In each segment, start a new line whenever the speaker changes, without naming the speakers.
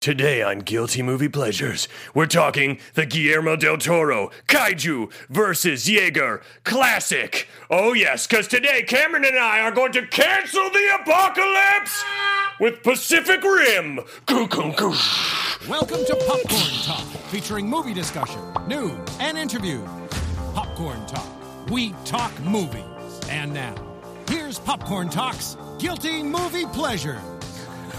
Today on Guilty Movie Pleasures, we're talking the Guillermo del Toro Kaiju versus Jaeger classic. Oh, yes, because today Cameron and I are going to cancel the apocalypse with Pacific Rim. Goo, goo, goo.
Welcome to Popcorn Talk, featuring movie discussion, news, and interviews. Popcorn Talk, we talk movies. And now, here's Popcorn Talk's Guilty Movie Pleasure.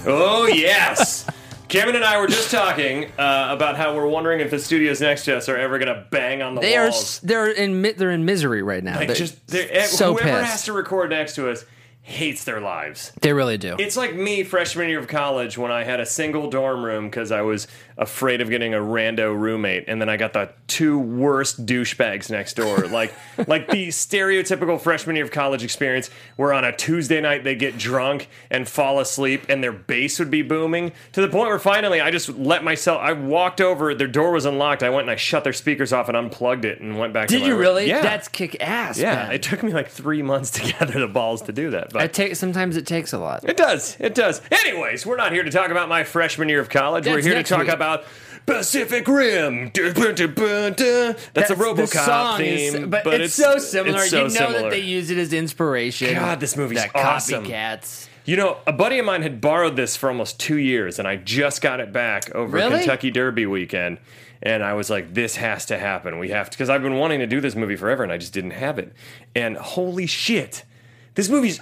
Oh, yes. Cameron and I were just talking uh, about how we're wondering if the studios next to us are ever going to bang on the
They are
walls.
s- they're in mi- they're in misery right now.
Like,
They
just they're, eh,
so
whoever
pissed.
has to record next to us hates their lives.
they really do.
It's like me freshman year of college when I had a single dorm room because I was afraid of getting a rando roommate, and then I got the two worst douchebags next door. Like, like the stereotypical freshman year of college experience, where on a Tuesday night they get drunk and fall asleep, and their bass would be booming to the point where finally I just let myself. I walked over, their door was unlocked. I went and I shut their speakers off and unplugged it and went back. to
Did
my
you
room.
really?
Yeah.
That's kick ass.
yeah.
man.
It took me like three months to gather the balls to do that. But
It takes sometimes it takes a lot.
it does. It does. Anyways, we're not here to talk about my freshman year of college. we're
That's
here to
next
talk
week.
about Pacific Rim. That's, a
That's-
RoboCop
the song is-
theme,
but, it's, so similar.
it's so
you know
similar.
that they use it as inspiration.
God, this movie's
that
awesome.
Copycats.
You know, a buddy of mine had borrowed this for almost two years, and I just got it back over
Really?
Kentucky Derby weekend. And I was like, this has to happen. We have to, because I've been wanting to do this movie forever, and I just didn't have it. And holy shit, this movie's.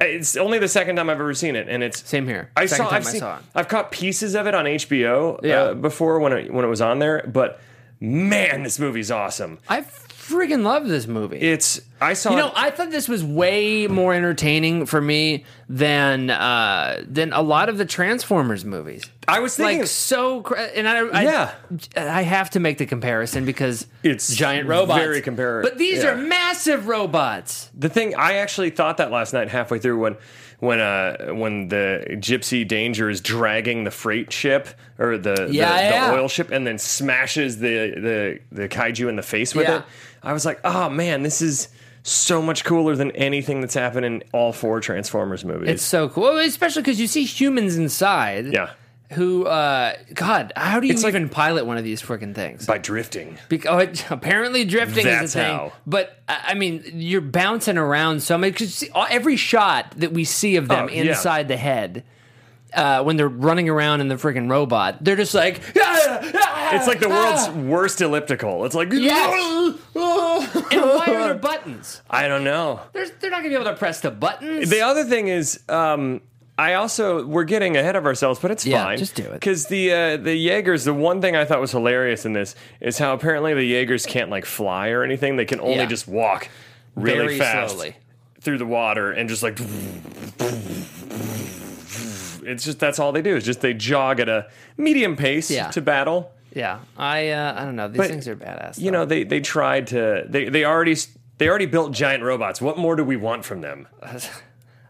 It's only the second time I've ever seen it, and it's
Same here.
I
Second
saw,
time
I've
I
seen,
saw it.
I've caught pieces of it on HBO uh,
Yeah.
before when it when it was on there, but man, this movie's awesome.
I freaking love this movie.
It's I saw
You know,
it-
I thought this was way more entertaining for me than uh, than a lot of the Transformers movies.
I was thinking
like so, cra- and I, I
Yeah.
I have to make the comparison because
It's
giant robots,
very compar-
But these
yeah.
are massive robots.
The thing I actually thought that last night halfway through when when uh when the gypsy danger is dragging the freight ship or the the-
Yeah,
the,
yeah.
oil ship and then smashes the the the kaiju in the face with
Yeah.
it. I was like, "Oh man, this is so much cooler than anything that's happened in all four Transformers movies."
It's so cool, Well, especially because you see humans inside.
yeah.
Who, uh, God, how do you
It's like-
even pilot one of these freaking things?
By drifting.
Bec- oh, it- apparently drifting
That's
is a thing.
how.
But uh, I I mean, you're bouncing around so much because every shot that we see of them
Oh, yeah.
inside the head. Uh, when they're running around in the freaking robot, they're just like,
It's
it's
like the world's worst elliptical. It's like
Yes. And why are there buttons?
I don't know.
There's, they're not gonna be able to press the buttons.
The other thing is, um, I also we're getting ahead of ourselves, but it's
Yeah,
fine.
just do it.
Because the uh, the Jaegers, the one thing I thought was hilarious in this is how apparently the Jaegers can't like fly or anything; they can only
Yeah.
just walk really
Very
fast
slowly.
through the water and just like. It's just that's all they do is just they jog at a medium pace
Yeah.
to battle.
yeah, I uh, I don't know. These things are badass.
You know they they tried to they they already s- they already built giant robots. What more do we want from them?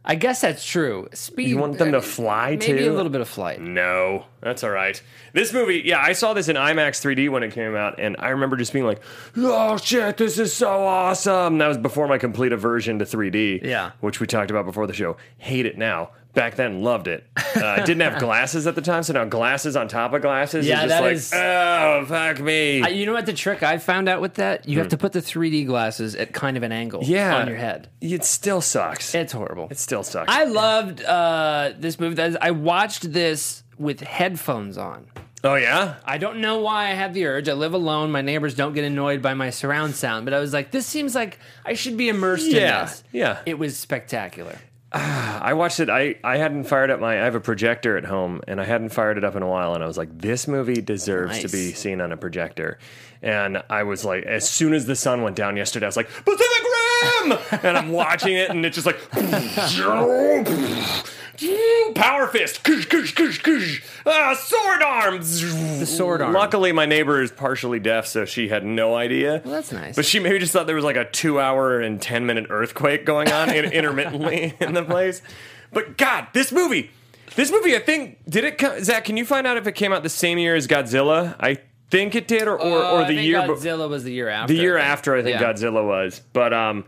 I guess that's true. Speed.
You want them to
uh,
fly
maybe
too? Mm.
a little bit of flight.
No, that's all right. This movie, yeah, I saw this in IMAX 3D when it came out, and I remember just being like, "Oh shit, this is so awesome!" That was before my complete aversion to 3D,
Yeah.
which we talked about before the show. Hate it now. Back then, loved it. Uh, I didn't have glasses at the time, so now glasses on top of glasses is
Yeah,
just
that
like,
is-
oh fuck me.
Uh, you know what the trick I found out with that? You have to put the 3D glasses at kind of an angle
Mm. yeah,
on your head.
It still sucks. It,
It's horrible.
still sucks.
I loved uh, this movie. That is- I watched this with headphones on.
oh yeah,
I don't know why I had the urge. I live alone. My neighbors don't get annoyed by my surround sound, but I was like, this seems like I should be immersed
Yeah,
in this.
yeah.
It was spectacular.
I watched it. I, I hadn't fired up my. I have a projector at home, and I hadn't fired it up in a while. And I was like, this movie deserves to
Nice.
be seen on a projector. And I was like, as soon as the sun went down yesterday, I was like, Pacific Rim, and I'm watching it, and it's just like. Power fist, kush, kush, kush, kush. Ah, sword arm, the
sword arm.
Luckily, my neighbor is partially deaf, so she had no idea.
Well, that's nice.
But she maybe just thought there was like a two hour and 10 minute earthquake going on in, intermittently in the place. But God, this movie, this movie, I think, did it come? Zach, can you find out if it came out the same year as Godzilla? I think it did, or, or,
Oh,
or
I
the
think
year before
Godzilla was the year after.
the year
I think.
after I think
Yeah.
Godzilla was. But um,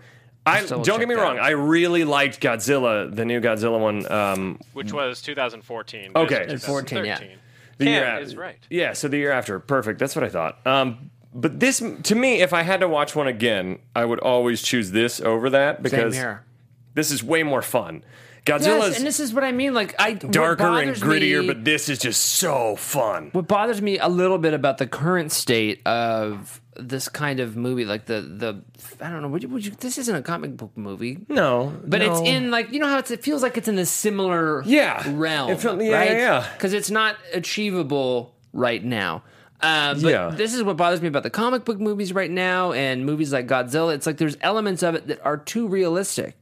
I
still will
don't get
check
me
that
wrong,
out.
I really liked Godzilla, the new Godzilla one. Um,
which was 2014.
Okay.
This is
In
14, yeah.
2013.
The
Cam
year after.
is right.
Yeah, uh, so the year after. Perfect. That's what I thought. Um, but this, to me, if I had to watch one again, I would always choose this over that
Same
because
here.
this is way more fun. Godzilla's
Yes, and this is what I mean. Like I what
darker and
bothers
grittier,
me-
but this is just so fun.
what bothers me a little bit about the current state of this kind of movie, like the the I don't know, would you, would you, this isn't a comic book movie,
No,
but it's in like you know how it's, it feels like it's in a similar
Yeah.
realm,
It felt- yeah,
right?
yeah, yeah.
because it's not achievable right now. Uh, but
Yeah.
this is what bothers me about the comic book movies right now and movies like Godzilla. It's like there's elements of it that are too realistic.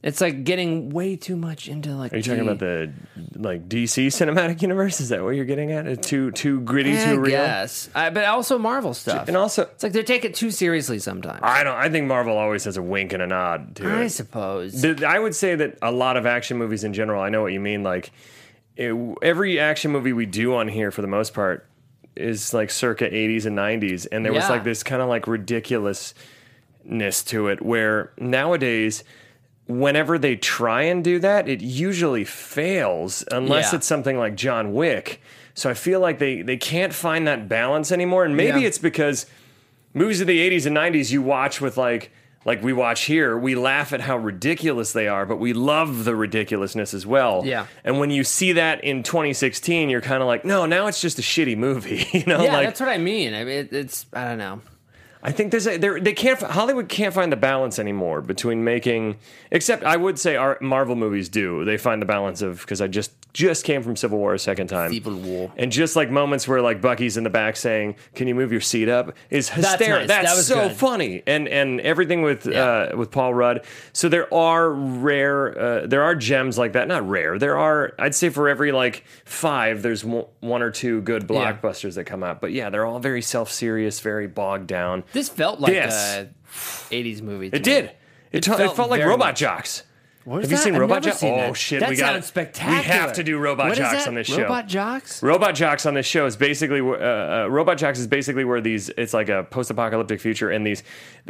It's like getting way too much into like.
Are you talking about the like DC cinematic universe? Is that what you're getting at? It's too too gritty,
I
too real.
guess. I- but also Marvel stuff.
And also,
It's like they take it too seriously sometimes. I,
I don't. I think Marvel always has a wink and a nod to it.
suppose.
The- I would say that a lot of action movies in general. I know what you mean. Like it, every action movie we do on here, for the most part, is like circa 80s and 90s, and there was
Yeah.
like this kind of like ridiculousness to it. Where nowadays, whenever they try and do that, it usually fails unless
Yeah.
it's something like John Wick. So I feel like they they can't find that balance anymore, and maybe
Yeah.
it's because movies of the 80s and 90s you watch with like like we watch here we laugh at how ridiculous they are but we love the ridiculousness as well
Yeah.
and when you see that in 2016 you're kind of like no now it's just a shitty movie you know
yeah,
like
that's what I mean. I mean, it, it's I don't know.
i think there's a there, they can't hollywood can't find the balance anymore between making except i would say our marvel movies do they find the balance of because i just just came from civil war a second time
Civil War.
and just like moments where like Bucky's in the back saying, "Can you move your seat up?" is hysterical.
nice.
That's,
That was
so
good.
funny, and and everything with
Yeah.
uh, with Paul Rudd. So there are rare, uh, there are gems like that. Not rare. There are, I'd say, for every like five, there's one one or two good
Yeah.
blockbusters that come out. But yeah, they're all very self serious, very bogged down.
This felt like
This.
a '80s movie. to
It
me.
did. It, t- it felt,
felt
like
very
Robot
much-
Jocks.
What
Have
is
you
that?
seen
I've
Robot
never
Jocks?
seen
Oh
that.
shit,
That
we got
sounds spectacular.
We have to do Robot
What is
Jocks
that?
on this show.
Robot Jocks.
Robot Jocks on this show is basically wh- uh, uh, Robot Jocks is basically where these it's like a post-apocalyptic future and these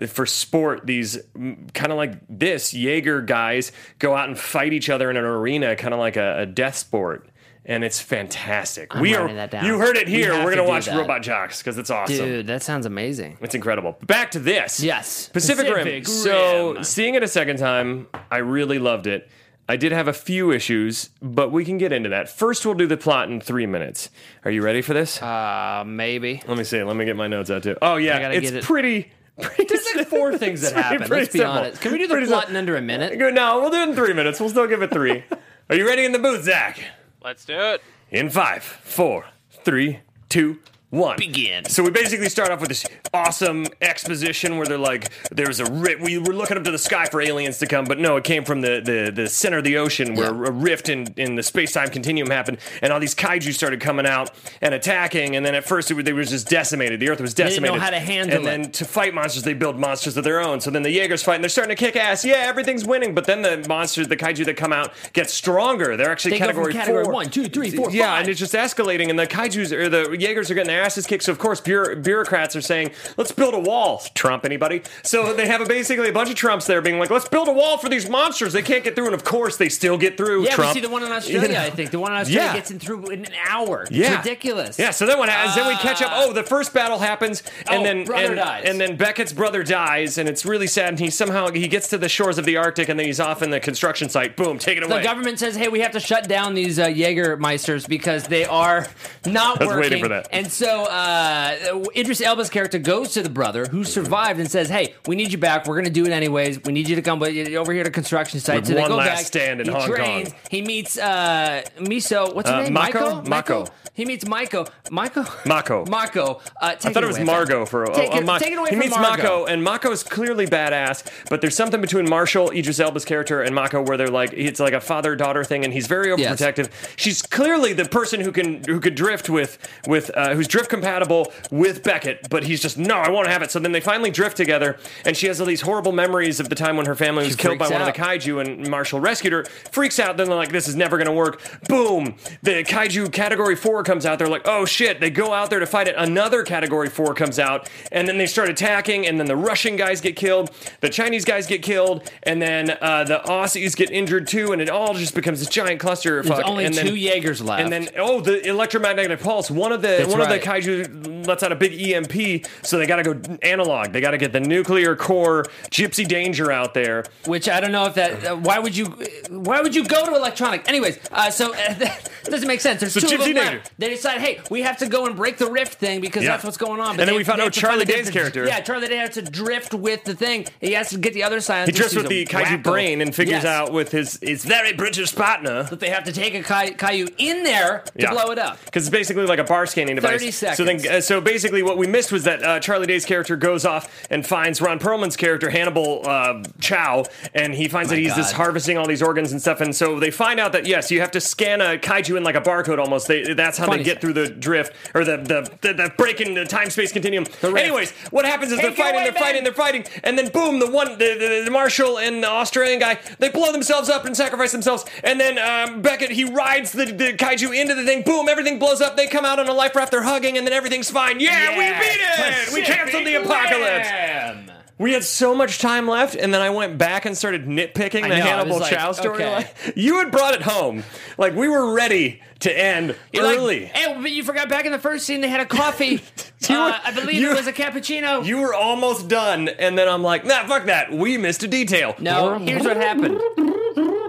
for sport these kind of like this Jaeger guys go out and fight each other in an arena kind of like a, a death sport and it's fantastic. we are
writing that down.
you heard it
We
here.
have
We're
to
gonna
do
watch
that.
Robot Jocks because it's awesome.
Dude, that sounds amazing.
It's incredible. Back to this.
Yes.
Pacific, Rim.
Pacific
So
Rim.
seeing it a second time, I really loved it. I did have a few issues, but we can get into that. First, we'll do the plot in three minutes. Are you ready for this?
Uh, maybe.
let me see. Let me get my notes out too. Oh yeah,
I gotta
it's
get it.
pretty. pretty
There's like four things that
it's pretty-
happen.
pretty
Let's be
simple.
honest. Can we do the
Pretty
plot
simple.
in under a minute?
Good. No, we'll do it in three minutes. We'll still give it three. Are you ready in the booth, Zach?
Let's do it.
In five, four, three, two, one.
Begin.
So we basically start off with this awesome exposition where they're like, "There's a rift." We were looking up to the sky for aliens to come, but no, it came from the the, the center of the ocean where
Yeah.
a rift in in the space time continuum happened, and all these kaiju started coming out and attacking. And then at first, it, was- they were just decimated. The Earth was
didn't know
decimated.
how to handle
And then
it.
to fight monsters, they build monsters of their own. So then the Jaegers fight, and they're starting to kick ass. Yeah, everything's winning. But then the monsters, the kaiju that come out, get stronger. They're actually
They go from
category,
category
four.
one, two, three, four,
Yeah,
five.
and it's just escalating, and the kaiju's or the Jaegers are getting their asses kicked. So of course, bureau- bureaucrats are saying, "Let's build a wall." Trump, anybody? So they have a, basically a bunch of Trumps there being like, "Let's build a wall for these monsters. They can't get through." And of course, they still get through.
Yeah,
Trump.
we see the one in Australia.
You know?
I think the one in Australia
Yeah.
gets in through in an hour. It's
Yeah.
ridiculous. Ah.
Yeah, so then what happens? then we catch up. Oh, the first battle happens, and
Oh,
then
brother
and,
dies.
and then Beckett's brother dies, and it's really sad. And he somehow he gets to the shores of the Arctic, and then he's off in the construction site. Boom, take it
The
away.
government says, "Hey, we have to shut down these uh, Jägermeisters because they are not
I was
working."
waiting for that.
And so uh, Idris Elba's character goes to the brother who survived and says, "Hey, we need you back. We're going to do it anyways. We need you to come with- over here to construction site."
With
so they
one
go
last
back.
stand in
he
Hong Kong.
trains. He meets uh, Miso. What's her
Uh,
name?
Mako?
Michael.
Mako.
He meets Miko. Miko.
Mako.
Mako. Uh, take
I thought it
away,
was
man.
Margot for a
Take
oh,
it,
Ma-
take it away
He
from
meets
Margot.
Mako, and Mako's clearly badass, but there's something between Marshall, Idris Elba's character, and Mako where they're like it's like a father daughter thing, and he's very
Yes.
overprotective. She's clearly the person who can who could drift with with uh, who's drift compatible with Beckett, but he's just no, I want to have it. So then they finally drift together, and she has all these horrible memories of the time when her family was killed by
freaks
one of the
out.
kaiju, and Marshall rescued her. Freaks out. Then they're like, this is never gonna work. Boom! The kaiju category four comes out. They're like, oh shit! They go out there to fight it. Another category four comes out, and then they start attacking. And then the Russian guys get killed. The Chinese guys get killed, and then uh, the Aussies get injured too. And it all just becomes this giant cluster.
There's only
and then-
two Jaegers left.
and then oh, the electromagnetic pulse. One of the
That's
one of
right.
the kaiju lets out a big EMP, so they got to go analog. They got to get the nuclear core Gypsy Danger out there.
which I don't know if that. Uh, why would you? Why would you go to electronic? Anyways, uh, so uh, that doesn't make sense. There's
So
two of
Gypsy
them
Danger.
left. They decide, hey, we have to go and break the rift thing because
Yeah.
that's what's going on.
And then
they-
we found
they
out
have to
Charlie
find- they have
Day's
to-
character.
Yeah, Charlie Day has to drift with the thing. He has to get the other side.
He drifts with the kaiju brain and figures
Yes.
out with his his very British partner.
that they have to take a kai- Caillou in there to blow it up.
because it's basically like a bar scanning device.
30
So then,
seconds.
uh, so basically, what we missed was that uh, Charlie Day's character goes off and finds Ron Perlman's character Hannibal uh, Chow, and he finds that he's
Oh God.
just harvesting all these organs and stuff. And so they find out that yes, you have to scan a kaiju in like a barcode almost. They, that's how
Funny
they get
stuff.
through the drift or the the, the, the break in the time space continuum.
rift.
Anyways, what happens is
Take
they're fighting,
it away,
they're fighting,
man.
they're fighting, and then boom, the one the, the, the marshal and the Australian guy they blow themselves up and sacrifice themselves. And then um, Beckett he rides the, the kaiju into the thing. Boom, everything blows up. They come out on a life raft. They're hugging, and then everything's fine. Yeah, we beat it. We canceled the apocalypse. We had so much time left, and then I went back and started nitpicking the
know, I
Hannibal
was like,
Chow storyline.
okay.
You had brought it home, like we were ready to end early.
Like, hey, but you forgot back in the first scene they had a coffee.
You
Uh,
were-
I believe
you-
it was a cappuccino.
You were almost done, and then I'm like, nah, fuck that. We missed a detail.
No, here's what happened.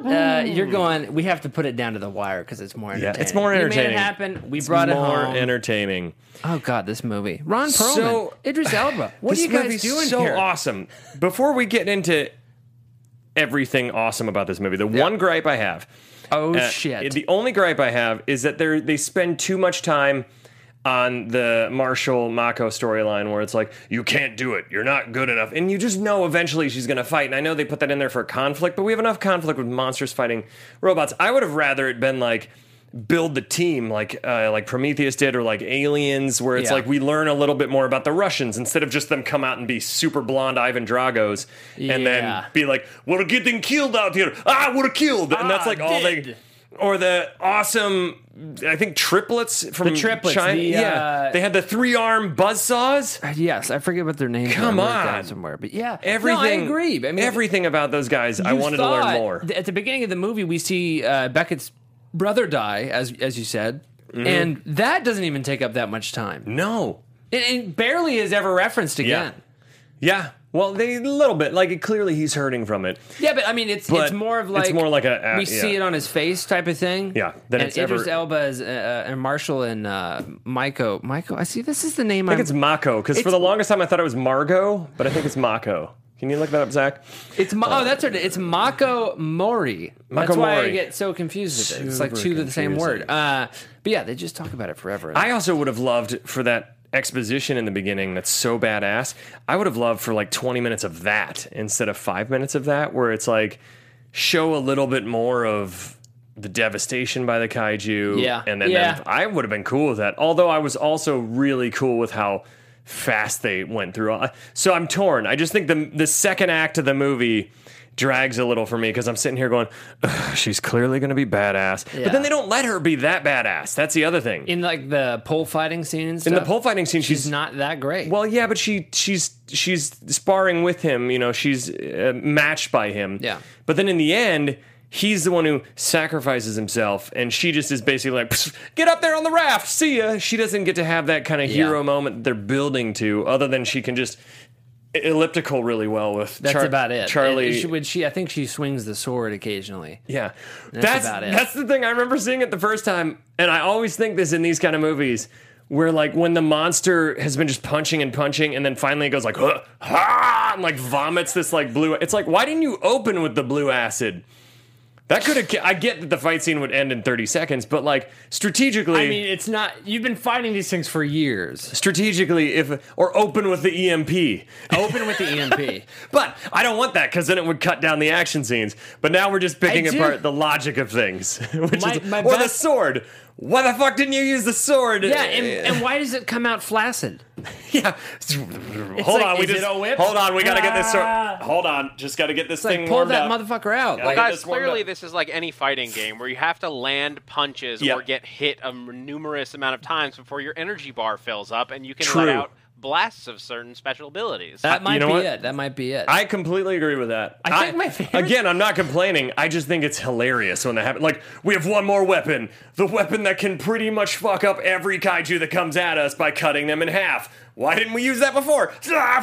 Uh, you're going. We have to put it down to the wire because it's more
Yeah,
entertaining.
it's more
We made
entertaining.
it happen. We
It's
brought it
more
home.
entertaining.
oh God, this movie. Ron Perlman,
So-
Idris Elba. What
this
are you guys
movie's
doing
so
here?
awesome. Before we get into everything awesome about this movie, the one gripe I have.
Oh
uh,
shit!
The only gripe I have is that they they spend too much time on the Marshall Mako storyline where it's like you can't do it, you're not good enough, and you just know eventually she's going to fight. And I know they put that in there for conflict, but we have enough conflict with monsters fighting robots. I would have rather it been like build the team like uh, like Prometheus did or like Aliens where it's
Yeah.
like we learn a little bit more about the Russians instead of just them come out and be super blonde Ivan Dragos and
Yeah.
then be like we're getting killed out here ah we're killed and that's
Ah,
like all
dead.
they or the awesome I think triplets from
The triplets,
China.
the,
yeah,
uh,
they had the three arm buzzsaws.
yes, I forget what their names.
Come
are. I wrote it down
on.
somewhere. But yeah,
Everything.
No, I agree. I mean,
everything about those guys. I
you
wanted to learn
thought-
more.
th- at the beginning of the movie, we see uh, Beckett's brother die, as as you said,
Mm-hmm.
and that doesn't even take up that much time.
no.
It, it barely is ever referenced again.
Yeah. Well, they a little bit like clearly he's hurting from it.
Yeah, but I mean, it's
But
it's more of
it's
like
more like a- uh,
we see
yeah.
it on his face type of thing.
Yeah, that
and
it's
Idris
ever-
Elba is, uh, uh, and Marshall and uh, Maiko. Maiko, I see. This is the name.
I think it's Mako because for
It's-
the longest time I thought it was Margot, but I think it's Mako. Can you look that up, Zach?
It's Ma- oh, that's right. It's Mako Mori.
Mako
that's why I
Mori.
get so confused with it. It's like
Super
two of the same
confusing.
word. Uh, but yeah, they just talk about it forever.
I also would have loved for that exposition in the beginning that's so badass. I would have loved for like 20 minutes of that instead of five minutes of that, where it's like show a little bit more of the devastation by the kaiju.
Yeah.
And then,
Yeah.
then I would have been cool with that. Although I was also really cool with how fast they went through. all- So I'm torn. I just think the the second act of the movie drags a little for me because I'm sitting here going, "Ugh, she's clearly going to be badass. But
Yeah.
then they don't let her be that badass. That's the other thing.
in like the pole fighting scene and stuff.
In the pole fighting scene, she's,
she's not that great.
Well, yeah, but she she's she's sparring with him. You know, she's uh, matched by him.
Yeah.
But then in the end, he's the one who sacrifices himself, and she just is basically like, "Psh, "Get up there on the raft, see ya." She doesn't get to have that kind of hero moment that they're building to, other than she can just elliptical really well with.
that's
Char-
about it.
Charlie.
And she, when she, I think she swings the sword occasionally.
Yeah, that's
about it.
that's the thing I remember seeing it the first time, and I always think this in these kind of movies where like when the monster has been just punching and punching, and then finally it goes like huh, ha, and like vomits this like blue. It's like why didn't you open with the blue acid? That could have. I get that the fight scene would end in thirty seconds, but like strategically,
I mean, it's not. You've been fighting these things for years.
strategically, if or open with the E EMP.
Open with the E EMP.
But I don't want that because then it would cut down the action scenes. But now we're just picking
I do-
apart the logic of things, which
My-
is
my
or the
best-
sword. why the fuck didn't you use the sword?
Yeah, and, and why does it come out flaccid?
yeah. hold
like,
on, we
is it
just
a whip?
hold on. We gotta get this sword.
Ah.
Hold on, just gotta get this
It's
thing
like pull
warmed
that
up.
motherfucker out.
Yeah,
Like,
I-
Guys,
just warmed
clearly
up.
this is like any fighting game where you have to land punches
Yeah.
or get hit a m- numerous amount of times before your energy bar fills up and you can
True.
let out blasts of certain special abilities.
that might
know
be
what?
it. That might be it.
I completely agree with that.
I think my favorite-
again, I'm not complaining. I just think it's hilarious when that happens. Like we have one more weapon, the weapon that can pretty much fuck up every kaiju that comes at us by cutting them in half. Why didn't we use that before? Ah,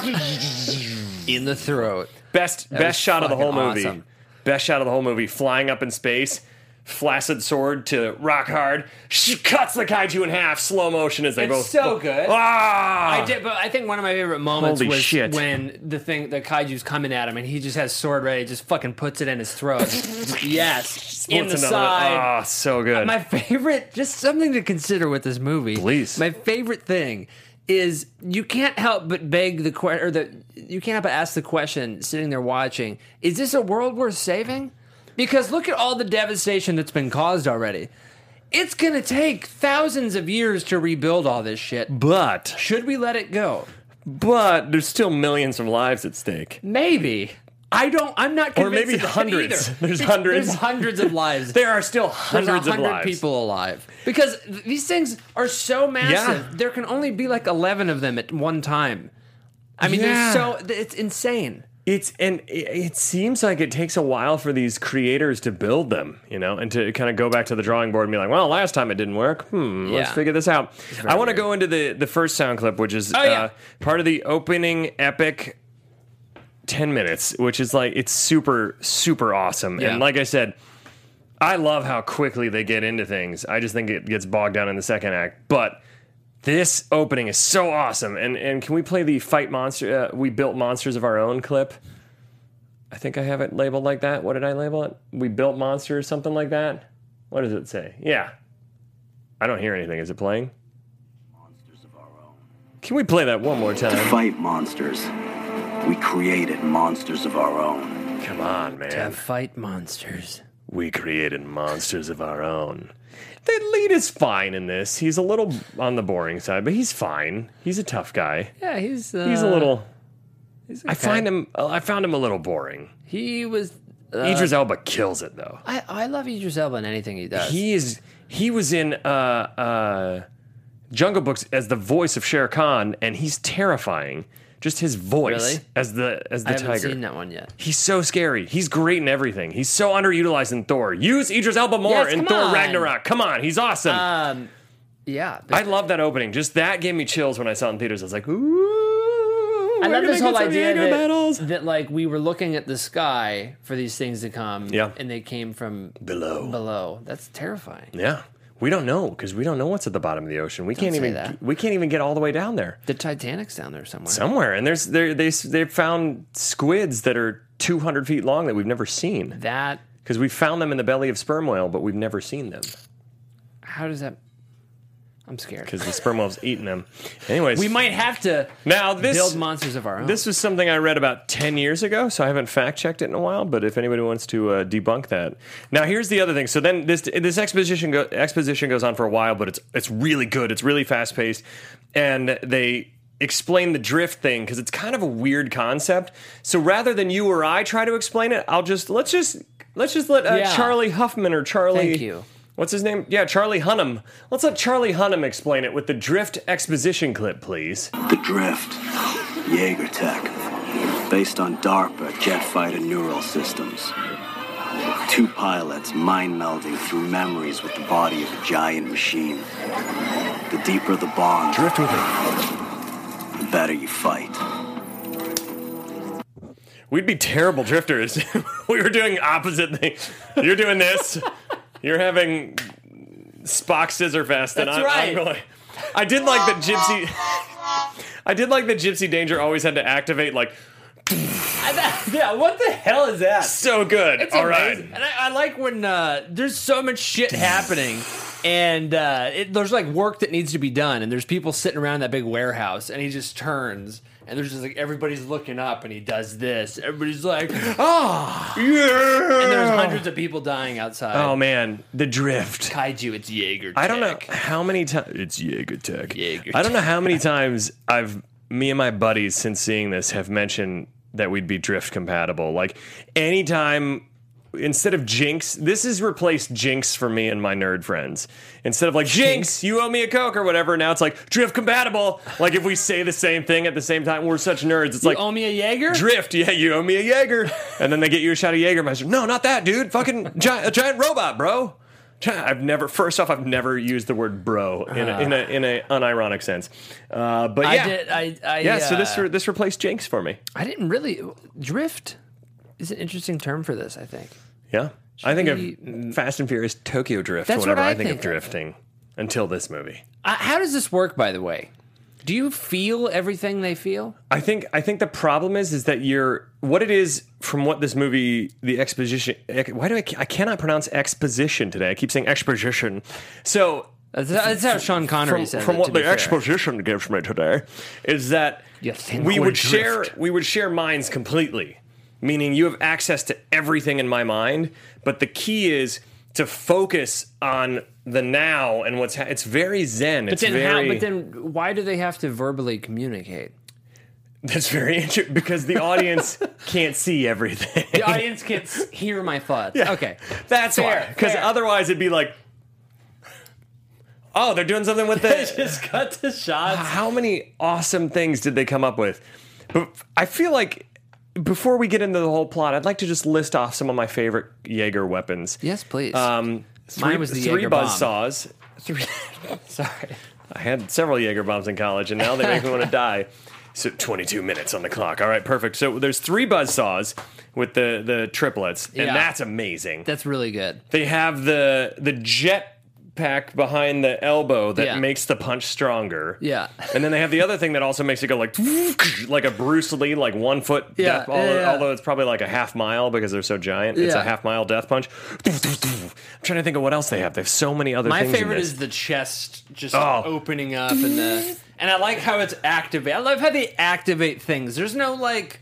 in the throat.
Best
was
best shot of the whole
fucking
movie.
awesome.
Best shot of the whole movie. Flying up in space, flaccid sword to rock hard. She cuts the kaiju in half, slow motion as they
It's
both.
so good.
Ah!
I did, but I think one of my favorite moments
Holy
was
shit.
when the thing, the kaiju's coming at him, and he just has sword ready, just fucking puts it in his throat. yes, in
What's
the
another-
side.
Ah, so good.
My favorite, just something to consider with this movie.
Please.
My favorite thing is you can't help but beg the question, or the you can't help but ask the question, sitting there watching, is this a world worth saving? Because look at all the devastation that's been caused already. It's gonna take thousands of years to rebuild all this shit.
but
Should we let it go?
but there's still millions of lives at stake.
Maybe. I don't. I'm not convinced.
maybe
of that
hundreds.
either.
There's
Be-
hundreds.
There's hundreds of lives.
There are still
There's
hundreds of
100
lives.
people alive because th- these things are so massive.
Yeah.
There can only be like 11 of them at one time. I mean,
Yeah.
there's so th- it's insane.
It's and it, it seems like it takes a while for these creators to build them, you know, and to kind of go back to the drawing board and be like, well, last time it didn't work. Hmm, let's
Yeah.
figure this out. I want to go into the the first sound clip, which is
Oh, yeah.
uh, part of the opening epic. 10 minutes, which is like it's super super awesome.
Yeah.
And like I said, I love how quickly they get into things. I just think it gets bogged down in the second act, but this opening is so awesome. And and can we play the fight monster? Uh, we built monsters of our own clip. I think I have it labeled like that. What did I label it? We built monsters, something like that. What does it say? Yeah, I don't hear anything. Is it playing? Can we play that one more
To
time?
fight monsters, we created monsters of our own.
Come on, man.
fight monsters.
We created monsters of our own. The lead is fine in this. He's a little on the boring side, but he's fine. He's a tough guy.
Yeah, he's uh,
He's a little. I
okay.
find him. I found him a little boring.
He was.
Idris Elba kills it though.
I I love Idris Elba in anything he does.
He is. He was in uh, uh, Jungle Books as the voice of Shere Khan, and he's terrifying. Just his voice
Really?
as the as the
I haven't
tiger.
seen that one yet.
He's so scary. He's great in everything. He's so underutilized in Thor. Use Idris Elba more
Yes,
in
come
Thor
on.
Ragnarok. Come on, he's awesome.
Um, yeah,
I love that opening. Just that gave me chills when I saw it in theaters. I was like, ooh.
I
we're
love
gonna
this
get
whole
some
idea
Jaeger
that, that like we were looking at the sky for these things to come,
Yeah.
and they came from
Below.
below. That's terrifying.
Yeah. We don't know because we don't know what's at the bottom of the ocean. We can't
say
even
that.
we can't even get all the way down there.
The Titanic's down there somewhere.
Somewhere and there's there they they found squids that are 200 feet long that we've never seen
that
because we found them in the belly of sperm whale, but we've never seen them
how does that? I'm scared.
because the sperm whale's eaten them. Anyways,
We might have to
now this
build monsters of our own.
This was something I read about 10 years ago, so I haven't fact checked it in a while. But if anybody wants to uh, debunk that, now here's the other thing. So then this this exposition go, exposition goes on for a while, but it's it's really good. It's really fast paced, and they explain the drift thing because it's kind of a weird concept. So rather than you or I try to explain it, I'll just let's just let's just let uh,
Yeah.
Charlie Huffman or Charlie.
Thank you.
What's his name? Yeah, Charlie Hunnam. Let's let Charlie Hunnam explain it with the drift exposition clip, please.
The Drift, Jaeger Tech, based on DARPA jet fighter neural systems. Two pilots mind melding through memories with the body of a giant machine. The deeper the bond,
Drift with it.
the better you fight.
We'd be terrible drifters. we were doing opposite things. You're doing this. You're having Spock scissor fest, and
That's
I'm,
right.
I'm going. I did like the gypsy. I did like the gypsy danger always had to activate. Like
yeah, what the hell is that?
so good.
It's
All right.
amazing. And I, I like when uh, there's so much shit happening, and uh, it, there's like work that needs to be done, and there's people sitting around that big warehouse, and he just turns, and there's just like everybody's looking up, and he does this. Everybody's like,
Oh.
ah,
Yeah.
and there's hundreds of people dying outside.
Oh man, the drift.
Kaiju, it's Jaeger.
I don't know
Jack.
how many times it's Jaeger Tech.
Jaeger
I don't know how many times I've me and my buddies since seeing this have mentioned that we'd be drift compatible. Like anytime instead of Jinx, this has replaced Jinx for me and my nerd friends. Instead of like Jinx, you owe me a Coke or whatever, now it's like drift compatible. Like if we say the same thing at the same time, we're such nerds. It's like
you owe me a Jaeger.
Drift, yeah, you owe me a Jaeger. And then they get you a shot of Jaegermeister. No, not that, dude. Fucking giant, a giant robot, bro. Gi- I've never. First off, I've never used the word "bro" in a, in a in a unironic sense. Uh, but yeah,
I did. I, I
yeah. So this
uh,
re- this replaced Jinx for me.
I didn't really drift. Is an interesting term for this. I think.
Yeah, I think
we-
of Fast and Furious Tokyo Drift
That's what
whenever
I
I, think,
think of.
of drifting. Until this movie,
Uh, how does this work, by the way? Do you feel everything they feel?
I think I think the problem is is that you're what it is from what this movie the exposition. ec- Why do I ca- I cannot pronounce exposition today? I keep saying exposition. So
That's, that's how Sean Connery
from,
says
from
it,
what
to
the
be fair.
exposition gives me today is that
You think
we
we're
would
drift.
share we would share minds completely meaning you have access to everything in my mind but the key is to focus on the now and what's ha- it's very zen
But
it's
then,
very
how, but then, why do they have to verbally communicate?
that's very interesting because the audience can't see everything
The audience can s- hear my thoughts. Okay,
that's
Fair,
why because
fair.
otherwise it'd be like oh they're doing something with the
just cut the shots.
how many awesome things did they come up with? But I feel like before we get into the whole plot, I'd like to just list off some of my favorite Jaeger weapons.
Yes, please.
Um, three,
Mine was the
three
Jaeger
buzz
bomb.
saws. Three.
Sorry,
I had several Jaeger bombs in college, and now they make me want to die. So 22 minutes on the clock. All right, perfect. So there's three buzz saws with the the triplets, and
Yeah.
that's amazing.
that's really good.
they have the the jet pack behind the elbow that
Yeah.
makes the punch stronger.
Yeah.
And then they have the other thing that also makes it go like like a Bruce Lee, like one foot
Yeah,
death.
yeah,
Although,
yeah.
although it's probably like a half mile because they're so giant. It's
Yeah.
a half mile death punch. I'm trying to think of what else they have. They have so many other
My
things. in
favorite
this.
is the chest just
Oh.
opening up and the and I like how it's activate. I love how they activate things. There's no like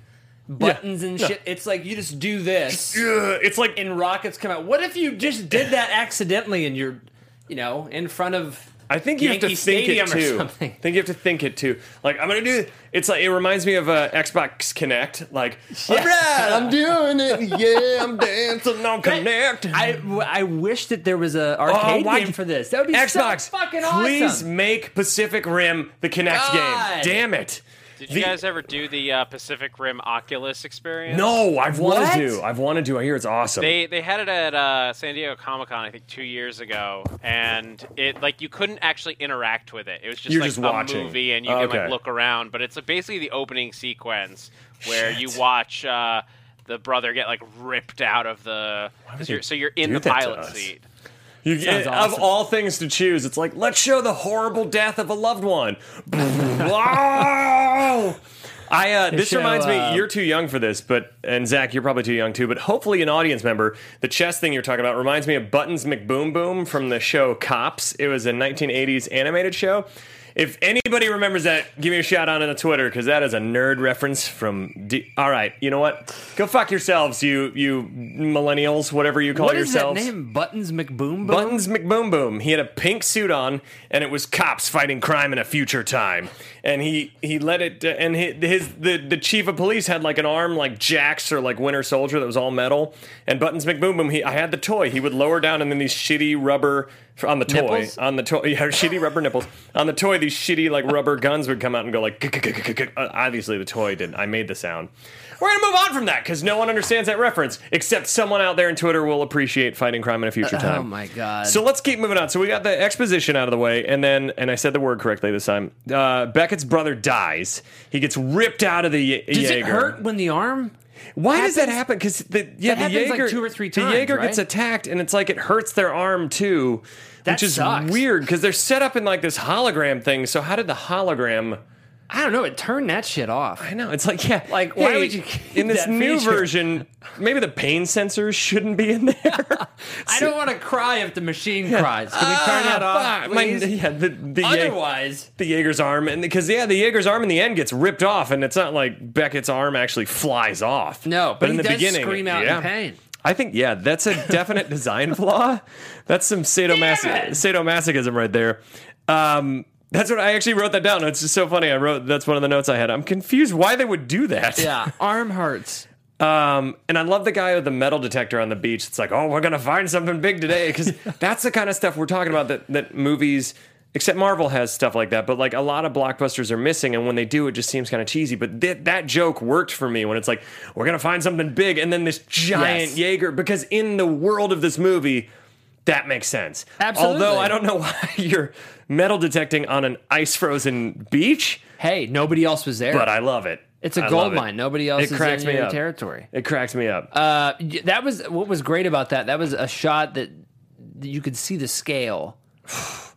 buttons and
no.
shit. It's like you just do this
Ugh, it's like
and rockets come out. What if you just did that accidentally and you're, you know, in front of
I think you
Yankee
have to think
Stadium
it
or
too. I
something.
think you have to think it too. Like I'm gonna do. It's like it reminds me of uh, Xbox Connect. Like all right, I'm doing it. Yeah, I'm dancing on Connect.
I, w- I wish that there was a arcade
why-
game for this. That would be
Xbox,
so fucking
please
awesome.
make Pacific Rim the Connect
God.
game. Damn it.
Did
The-
you guys ever do the uh, Pacific Rim Oculus experience?
No, I've wanted
What?
to. I've wanted to. I hear it's awesome.
They they had it at uh, San Diego Comic Con I think two years ago, and it like you couldn't actually interact with it. It was just
You're
like
just
a
watching. Oh,
movie, and you can
Okay.
like look around. But it's like, basically the opening sequence where
Shit.
you watch uh, the brother get like ripped out of the. 'cause
would
You're,
they
so you're in
do
the
that to
pilot
us?
seat.
You-
Sounds
uh,
awesome.
Of all things to choose, it's like let's show the horrible death of a loved one. Wow. I uh, this
show,
reminds
uh,
me, you're too young for this, but and Zach, you're probably too young too. But hopefully, an audience member, the chess thing you're talking about reminds me of Buttons McBoom Boom from the show Cops. It was a 1980s animated show. If anybody remembers that, give me a shout out on the Twitter because that is a nerd reference from. D- all right, you know what? Go fuck yourselves, you you millennials, whatever you call
What is that
yourselves.
name? Buttons McBoom Boom.
Buttons McBoom Boom. He had a pink suit on, and it was cops fighting crime in a future time. And he he let it. uh, And his, his the the chief of police had like an arm like Jax or like Winter Soldier that was all metal. And Buttons McBoom Boom. He I had the toy. He would lower down, and then these shitty rubber on the toy
Nipples?
on the toy yeah shitty rubber nipples on the toy. These shitty like rubber guns would come out and go like. "K-k-k-k-k-k." Uh, Obviously, the toy didn't. I made the sound. We're gonna move on from that because no one understands that reference except someone out there in Twitter will appreciate fighting crime in a future time.
Oh my god.
So let's keep moving on. So we got the exposition out of the way, and then, and I said the word correctly this time. Uh, Beckett's brother dies. He gets ripped out of the Ye-
does
Jaeger.
it hurt when the arm?
Why does that
happens?
happen? Because the yeah,
That
the
happens, like,
Jaeger
two or three
The
times,
Jaeger
right?
gets attacked, and it's like it hurts their arm too,
That
which is
sucks.
weird because they're set up in like this hologram thing. So how did the hologram?
I don't know. It turned that shit off.
I know. It's like, yeah.
Like, why
hey,
would you
in
keep
this
that
new
feature?
version, maybe the pain sensors shouldn't be in there.
I don't want to cry if the machine cries. Can we turn that off,
Ah, Fuck, my-
please?
yeah, the, the Jaeg-
Otherwise,
the Jaeger's arm, and because yeah, the Jaeger's arm in the end gets ripped off, and it's not like Beckett's arm actually flies off.
No, but
in
he
the
does
beginning,
scream out in
yeah.
pain.
I think yeah, that's a definite design flaw. That's some sadomas-
Damn it!
sadomasochism right there. Um, that's what I actually wrote that down. It's just so funny. I wrote that's one of the notes I had. I'm confused why they would do that.
yeah, arm hurts.
Um, and I love the guy with the metal detector on the beach. It's like, oh, we're gonna find something big today because that's the kind of stuff we're talking about that that movies. Except Marvel has stuff like that, but like a lot of blockbusters are missing, and when they do, it just seems kind of cheesy. But th- that joke worked for me when it's like, we're gonna find something big, and then this giant
Yes.
Jaeger, because in the world of this movie, that makes sense. Although
Absolutely.
I don't know why you're metal detecting on an ice frozen beach,
Hey, nobody else was there.
but I love it.
it's a
I love
gold
it.
mine. Nobody else
It
is
cracks
in
me
your
up.
territory.
It cracked me up.
Uh, y- that was what was great about that. That was a shot that you could see the scale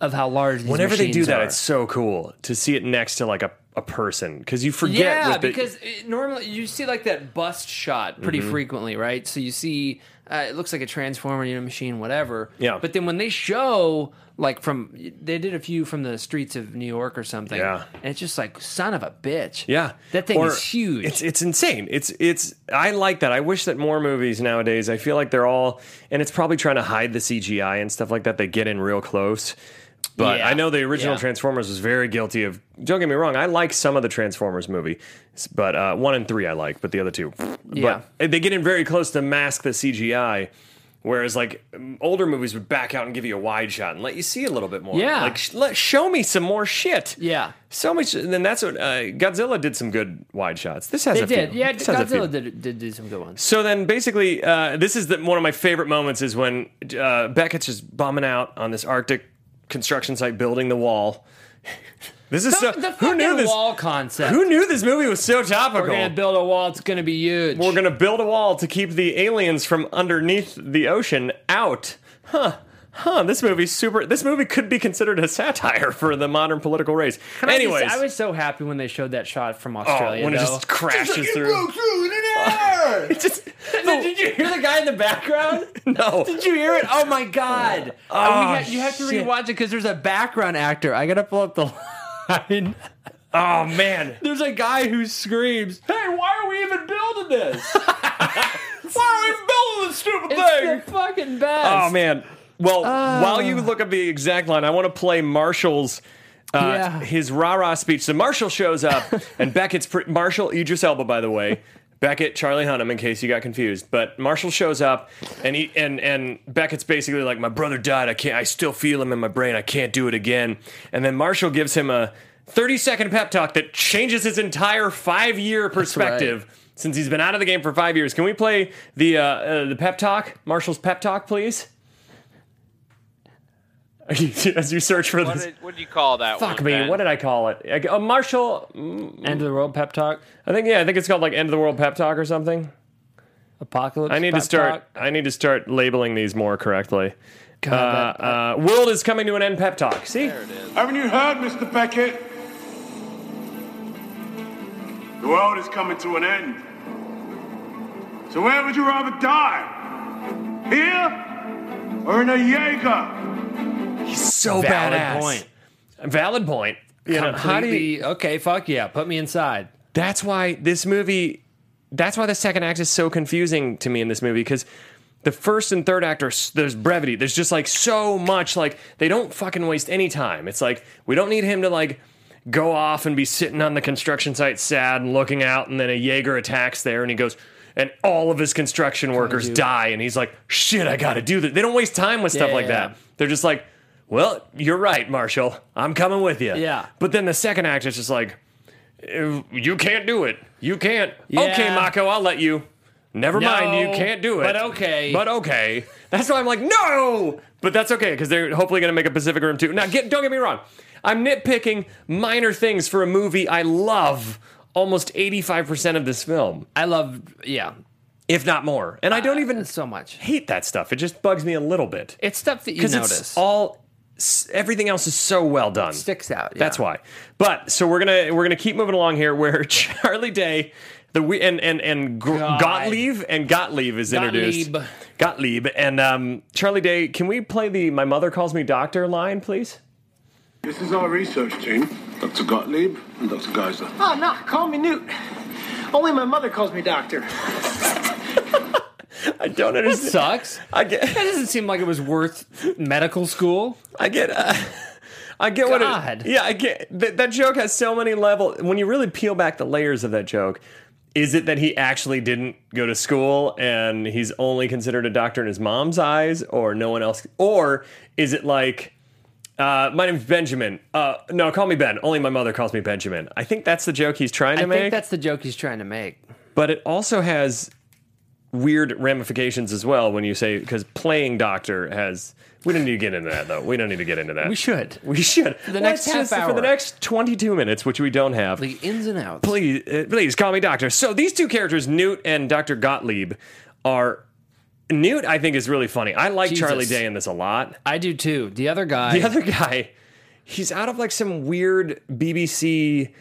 of how large. These
Whenever they do
machines
that,
are.
it's so cool to see it next to like a, a person because you forget.
Yeah,
with the-
because it, normally you see like that bust shot pretty
Mm-hmm.
frequently, right? So you see uh, it looks like a transformer, you know, machine, whatever.
Yeah.
But then when they show like from they did a few from the streets of New York or something.
Yeah.
And it's just like son of a bitch.
yeah,
That thing
Or
is huge.
It's it's insane. It's it's I like that. I wish that more movies nowadays. I feel like they're all and it's probably trying to hide the CGI and stuff like that. They get in real close. But
Yeah.
I know the original
Yeah.
Transformers was very guilty of. Don't get me wrong, I like some of the Transformers movie, s- but uh, one and three I like, but the other two,
Yeah.
but they get in very close to mask the CGI. Whereas like m- older movies would back out and give you a wide shot and let you see a little bit more.
Yeah.
like sh- let show me some more shit.
yeah.
So much, and then that's what uh, Godzilla did some good wide shots. This has
They
a
did.
few.
Yeah,
This has a few.
Godzilla did, did do some good ones.
So then, basically, uh, this is the, one of my favorite moments is when uh, Beckett's just bumming out on this Arctic construction site, building the wall. this is so.
The- the
who knew
fucking
this?
wall concept.
Who knew this movie was so topical?
We're gonna build a wall. It's gonna be huge.
We're gonna build a wall to keep the aliens from underneath the ocean out. Huh. Huh, this movie's super. This movie could be considered a satire for the modern political race.
I was-
Anyways,
I was so happy when they showed that shot from
Oh,
Australia.
when it
though.
just crashes through.
It's just- did you hear the guy in the background?
No.
Did you hear it? Oh my god! Oh, we ha- you have to
shit.
rewatch it because there's a background actor. I gotta pull up the line.
Oh man,
There's a guy who screams, "Hey, why are we even building this? why are we building this stupid
thing?"
it's The fucking best.
Oh man. Well, while you look up the exact line, I want to play Marshall's uh,
Yeah.
his rah rah speech. So Marshall shows up, and Beckett's pre- Marshall Idris Elba, by the way. Beckett, Charlie Hunnam, in case you got confused, but Marshall shows up, and he and and Beckett's basically like, "My brother died. I can't. I still feel him in my brain. I can't do it again." And then Marshall gives him a thirty second pep talk that changes his entire five year
right.
perspective since he's been out of the game for five years. Can we play the uh, uh, the pep talk, Marshall's pep talk, please? As you search for
What
this,
did, what did you call that one?
fuck me.
Ben?
What did I call it? Like, A Marshall.
End of the world pep talk.
I think yeah. I think it's called like end of the world pep talk or something.
Apocalypse.
I need to
pep
start.
talk.
I need to start labeling these more correctly.
God, that-
Uh, uh, world is coming to an end. Pep talk. See,
Haven't you heard, Mr. Beckett? The world is coming to an end. So where would you rather die? Here or in a Jaeger?
he's so
Valid
badass.
point.
Valid point. You know, how do
completely.
you,
okay, fuck yeah. Put me inside.
that's why this movie that's why the second act is so confusing to me in this movie because the first and third act are s- there's brevity there's just like so much like they don't fucking waste any time it's like we don't need him to like go off and be sitting on the construction site sad and looking out and then a jaeger attacks there and he goes and all of his construction workers
do-
die and he's like shit i gotta do this they don't waste time with stuff
Yeah,
like
yeah, yeah.
that they're just like well you're right marshall i'm coming with you
Yeah.
but then the second act is just like you can't do it. You can't. Okay, Mako, I'll let you. Never mind, you
No,
can't do it.
but okay.
But okay. That's why I'm like, no! But that's okay, because they're hopefully going to make a Pacific Rim 2. Now, get, don't get me wrong. I'm nitpicking minor things for a movie I love almost 85% of this film,
I love. Yeah.
if not more. And I don't even
so much.
hate that stuff. It just bugs me a little bit.
It's stuff that you
Because
notice.
it's all s- everything else is so well done.
sticks out, yeah.
That's why. But so we're gonna we're gonna keep moving along here, where Charlie Day, the we and and and Gr-
God.
Gottlieb and Gottlieb is introduced.
Gottlieb.
Gottlieb and um, Charlie Day. Can we play the "My mother calls me doctor" line, please?
This is our research team, Dr. Gottlieb and Dr. Geiser.
Oh, no, call me Newt. Only my mother calls me doctor.
I don't
It
understand.
sucks.
I get.
That doesn't seem like it was worth medical school.
I get. Uh, I get what
God.
it. Yeah, I get that. That joke has so many level. When you really peel back the layers of that joke, is it that he actually didn't go to school and he's only considered a doctor in his mom's eyes, or no one else, or is it like? Uh, my name's Benjamin. Uh, no, call me Ben. Only my mother calls me Benjamin. I think that's the joke he's trying to
I
make
think that's the joke he's trying to make.
but it also has weird ramifications as well when you say because playing doctor has we don't need to get into that though we don't need to get into that
We should.
we should
the
Let's
next half
just- for the
hour.
next 22 minutes which we don't have
The ins and outs.
please uh, please call me doctor so these two characters newt and dr gottlieb are newt i think is really funny i like
Jesus.
charlie day in this a lot
I do too. The other guy.
the other guy he's out of like some weird bbc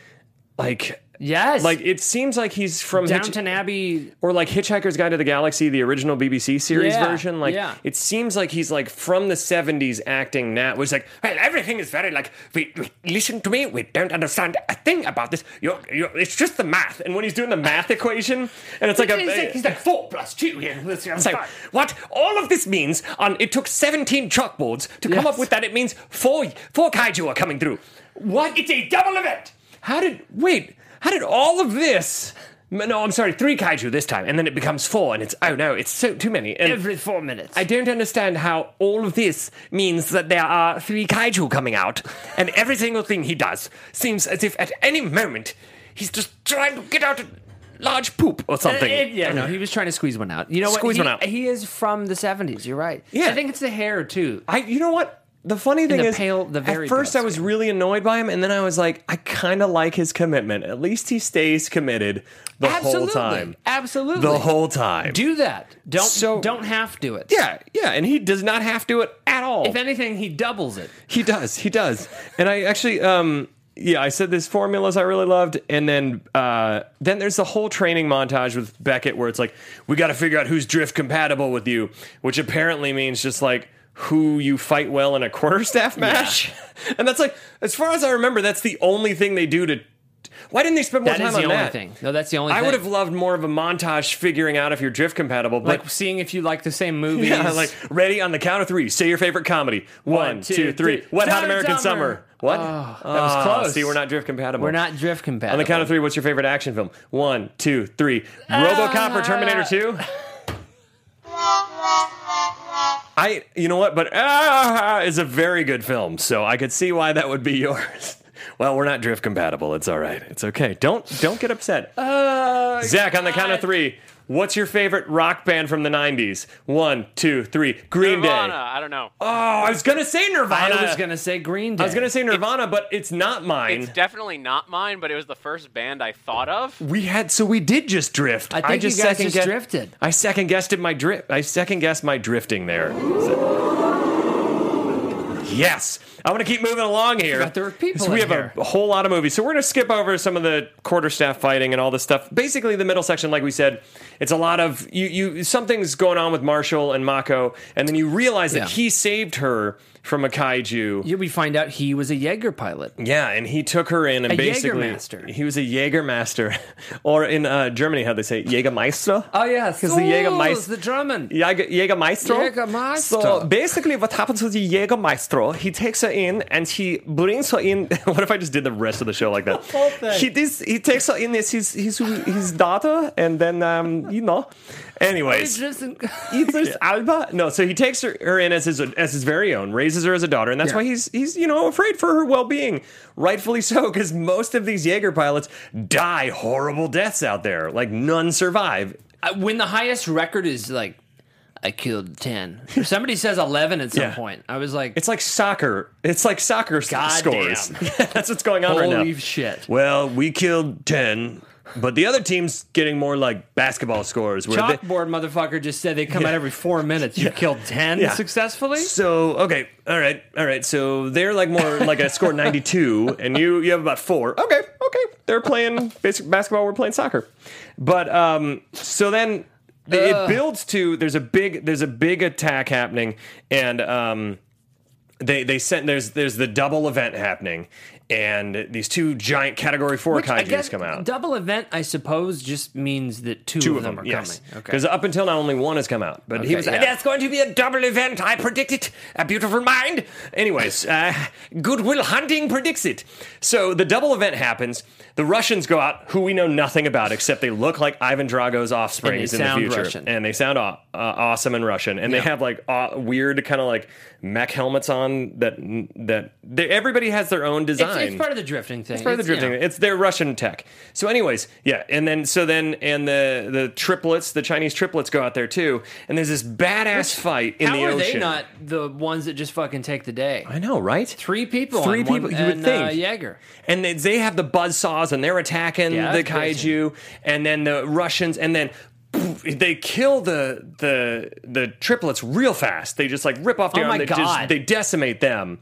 like
yes.
like it seems like he's from Hitch-
Downton Abbey.
or like Hitchhiker's Guide to the Galaxy, the original BBC series
Yeah,
version. Like
yeah.
it seems like he's like from the '70s acting now. It was like well, everything is very like we, we listen to me. We don't understand a thing about this. You're, you're, it's just the math. And when he's doing the math equation, and it's like a,
four plus two here. It's
it's like, what all of this means on it took 17 chalkboards to come
Yes.
up with that. It means four four kaiju are coming through. What? It's a double event. How did wait? How did all of this? m- No, I'm sorry, three kaiju this time, and then it becomes four, and it's oh no, it's so too many. And
every four minutes.
I don't understand how all of this means that there are three kaiju coming out, and every single thing he does seems as if at any moment he's just trying to get out a large poop or something.
Uh, yeah, no, he was trying to squeeze one out. You know what?
Squeeze
He-
one out.
He is from the 70s. You're right.
Yeah.
I think it's the hair, too.
I you know what the funny thing
the
is
pale- the very
at first
pale
I was really annoyed by him and then I was like I kind of like his commitment at least he stays committed the
Absolutely.
whole time
Absolutely.
the whole time
Do that. Don't
So-
don't half do it.
yeah yeah and he does not have to it at all
If anything, he doubles it.
he does he does and I actually um yeah I said there's formulas I really loved and then uh then there's the whole training montage with Beckett where it's like we got to figure out who's drift compatible with you which apparently means just like who you fight well in a quarterstaff match. And that's like, as far as I remember, that's the only thing they do to. Why didn't they spend more
That
time
is the
on
only
that?
thing. No, that's the only
I
thing.
would have loved more of a montage figuring out if you're drift compatible. But
like seeing if you like the same movies.
yeah, like ready on the count of three. Say your favorite comedy. One, two, three.
two, three.
Wet Hot
Saturday
American Summer.
Summer.
What?
Oh, that was
Ah,
close.
See, we're not drift compatible.
we're not drift compatible.
On the count of three, what's your favorite action film? One, two, three. RoboCop or Terminator Two? I, you know what? But ah, is a very good film, so I could see why that would be yours. Well, we're not drift compatible. It's all right. It's okay. Don't don't get upset. Zach, on the count of three, what's your favorite rock band from the '90s? One, two, three. Green
Nirvana,
Day.
I don't know.
Oh, I was gonna say Nirvana.
I was gonna say Green Day.
I was gonna say Nirvana, but it's not mine.
It's definitely not mine, but it was the first band I thought of.
We had so we did just drift.
I think you
just
guys
second
just drifted.
I second guessed it my drift. I second guessed my drifting there. Yes, I want to keep moving along here.
forgot there were people
So we
in
have
here.
a whole lot of movies. So we're going to skip over some of the quarterstaff fighting and all this stuff. Basically, the middle section, like we said, it's a lot of you. You something's going on with Marshall and Mako, and then you realize
Yeah.
that he saved her from a kaiju.
Yeah, we find out he was a Jaeger pilot.
Yeah, and he took her in and
A
basically
Jägermeister.
he was a Jägermeister, or in uh, Germany how they say Jägermeister.
Oh yeah,
because the Jägermeister.
the German.
Jäger, Jägermeister.
Jägermeister.
So basically, what happens with the Jägermeister? He takes her in and he brings her in. what if I just did the rest of the show like that?
whole thing.
He this, he takes her in as his his his daughter, and then um, you know. Anyways, Idris Alba. No, so he takes her, her in as his as his very own, raises her as a daughter, and that's
Yeah.
why he's he's you know afraid for her well being, rightfully so, because most of these Jaeger pilots die horrible deaths out there. Like none survive.
Uh, when the highest record is like, I killed ten. Or somebody says eleven at some
Yeah.
point. I was like,
It's like soccer. It's like soccer s-
God
scores.
damn.
that's what's going on right now.
holy shit.
Well, we killed ten. But the other team's getting more like basketball scores. Where they-
Chalkboard motherfucker just said they come out every four minutes. You killed ten
Yeah.
successfully.
So okay, all right, all right. So they're like more like a score ninety two, and you you have about four. Okay, okay. They're playing basic basketball. We're playing soccer, but um. So then th- it builds to there's a big there's a big attack happening, and um. They they sent there's there's the double event happening, and these two giant category four
Which I
kaiju's
guess
come out.
Double event, I suppose, just means that two,
two of them,
are
yes.
coming.
Because up until now, only one has come out. But he
Okay,
was
yeah.
that's going to be a double event. I predict it. A beautiful mind. Anyways, uh, Goodwill Hunting predicts it. So the double event happens. The Russians go out, who we know nothing about, except they look like Ivan Drago's offspring
And they
in the
sound
future.
Russian.
And they sound aw- uh, awesome in Russian. And
Yeah.
they have like aw- weird kind of like mech helmets on that, that they, everybody has their own
It's,
design.
it's part of the drifting thing.
It's part of the
you
drifting.
know.
It's their Russian tech. So, anyways, yeah, and then so then and the the triplets, the Chinese triplets, go out there too, and there's this badass fight in
How
the
are
ocean.
they not the ones that just fucking take the day?
I know, right?
Three people.
Three
on
people.
One,
you would
and,
think
Uh, Jaeger.
and they, they have the buzz saws and they're attacking
Yeah,
the
that's crazy.
kaiju, and then the Russians, and then. They kill the the the triplets real fast. They just like rip off the
Oh
arm.
my
they
God.
Just, they decimate them.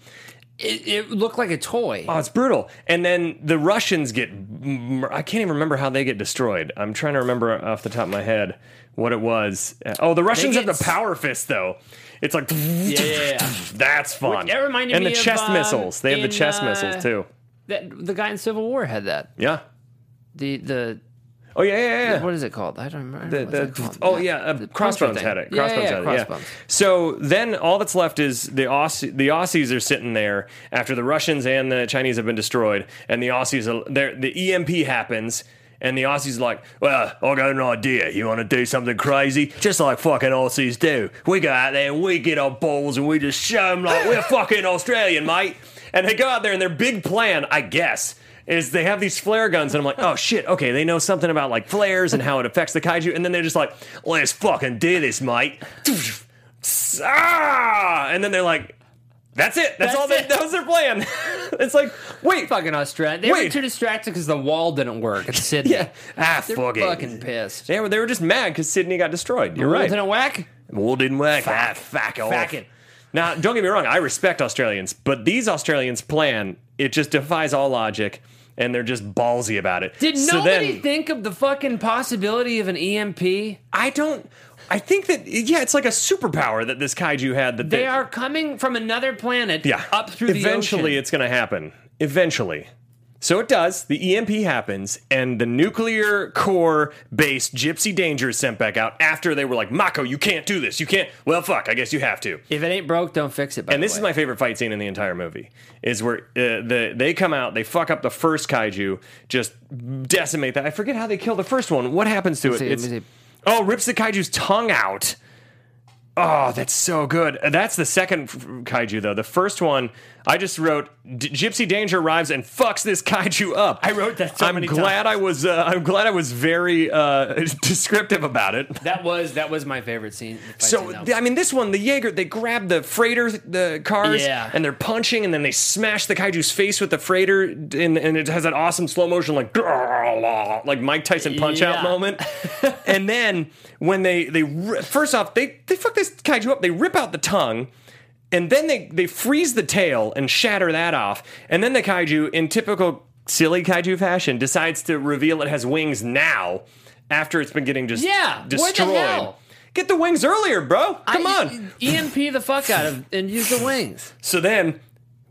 It, it looked like a toy.
Oh, it's brutal. And then the Russians get. m- I can't even remember how they get destroyed. I'm trying to remember off the top of my head what it was. Uh, Oh, the Russians have
get
the power fist, though. It's like.
yeah, yeah.
That's fun.
That reminded
and
me
the
of,
chest
um,
missiles. They have
in,
the chest
uh,
missiles, too.
that, the guy in Civil War had that.
Yeah.
The the
Oh, yeah, yeah, yeah.
what is it called? I don't
The-
remember. What's that
the-
called?
oh yeah, uh,
The puncher
crossbones
thing.
had it.
Yeah,
Crossbones
yeah,
had it.
Crossbones.
Yeah. So then all that's left is the Aussie, the Aussies are sitting there after the Russians and the Chinese have been destroyed, and the Aussies are there. The EMP happens. And the Aussies are like, well, I got an idea. You want to do something crazy? Just like fucking Aussies do. We go out there and we get our balls and we just show them like we're fucking Australian, mate. And they go out there and their big plan, I guess, is they have these flare guns, and I'm like, oh shit, okay, they know something about like flares and how it affects the kaiju, and then they're just like, let's fucking do this, mate. Ah! And then they're like, that's it. That's,
That's
all. They,
it.
That was their plan. it's like, wait,
Fucking Australia. They were
Wait.
too distracted because the wall didn't work at Sydney.
yeah, ah,
They're
fuck it.
fucking pissed.
They were, they were just mad because Sydney got destroyed. You're
Wall
right.
Didn't whack.
Well, didn't work. Fuck, fuck off.
Fucking-
Now, don't get me wrong. I respect Australians, but these Australians' plan it just defies all logic, and they're just ballsy about it.
Did
So
nobody
then-
think of the fucking possibility of an E EMP?
I don't. I think that yeah, it's like a superpower that this kaiju had. That
They are coming from another planet
yeah
up through the
Eventually,
ocean.
it's going to happen. Eventually. So it does. The EMP happens, and the nuclear core base Gypsy Danger is sent back out after they were like, Mako, you can't do this. You can't. Well, fuck, I guess you have to.
if it ain't broke, don't fix it. By
And this is my favorite fight scene in the entire movie. Is where uh, the they come out, they fuck up the first kaiju, just decimate that. I forget how they kill the first one. What happens to it?
see, let me
It's-
see.
oh, rips the kaiju's tongue out. Oh, that's so good. That's the second f- kaiju though. The first one, I just wrote D- Gypsy Danger arrives and fucks this kaiju up.
I wrote that so
I'm
many
glad I was. Uh, I'm glad I was very uh, descriptive about it.
that was that was my favorite scene. the fight scene,
So
that was-
th- I mean, this one, the Jaeger, they grab the freighter, the cars,
Yeah.
and they're punching, and then they smash the kaiju's face with the freighter, and, and it has that awesome slow motion, like like Mike Tyson punch
Yeah.
out moment. and then when they they ri- first off, they they fuck this kaiju up, they rip out the tongue. And then they, they freeze the tail and shatter that off. And then the kaiju, in typical silly kaiju fashion, decides to reveal it has wings now after it's been getting just
Yeah, what the
destroyed.
hell?
Get the wings earlier, bro. Come
I-
on.
EMP the fuck out of and use the wings.
So then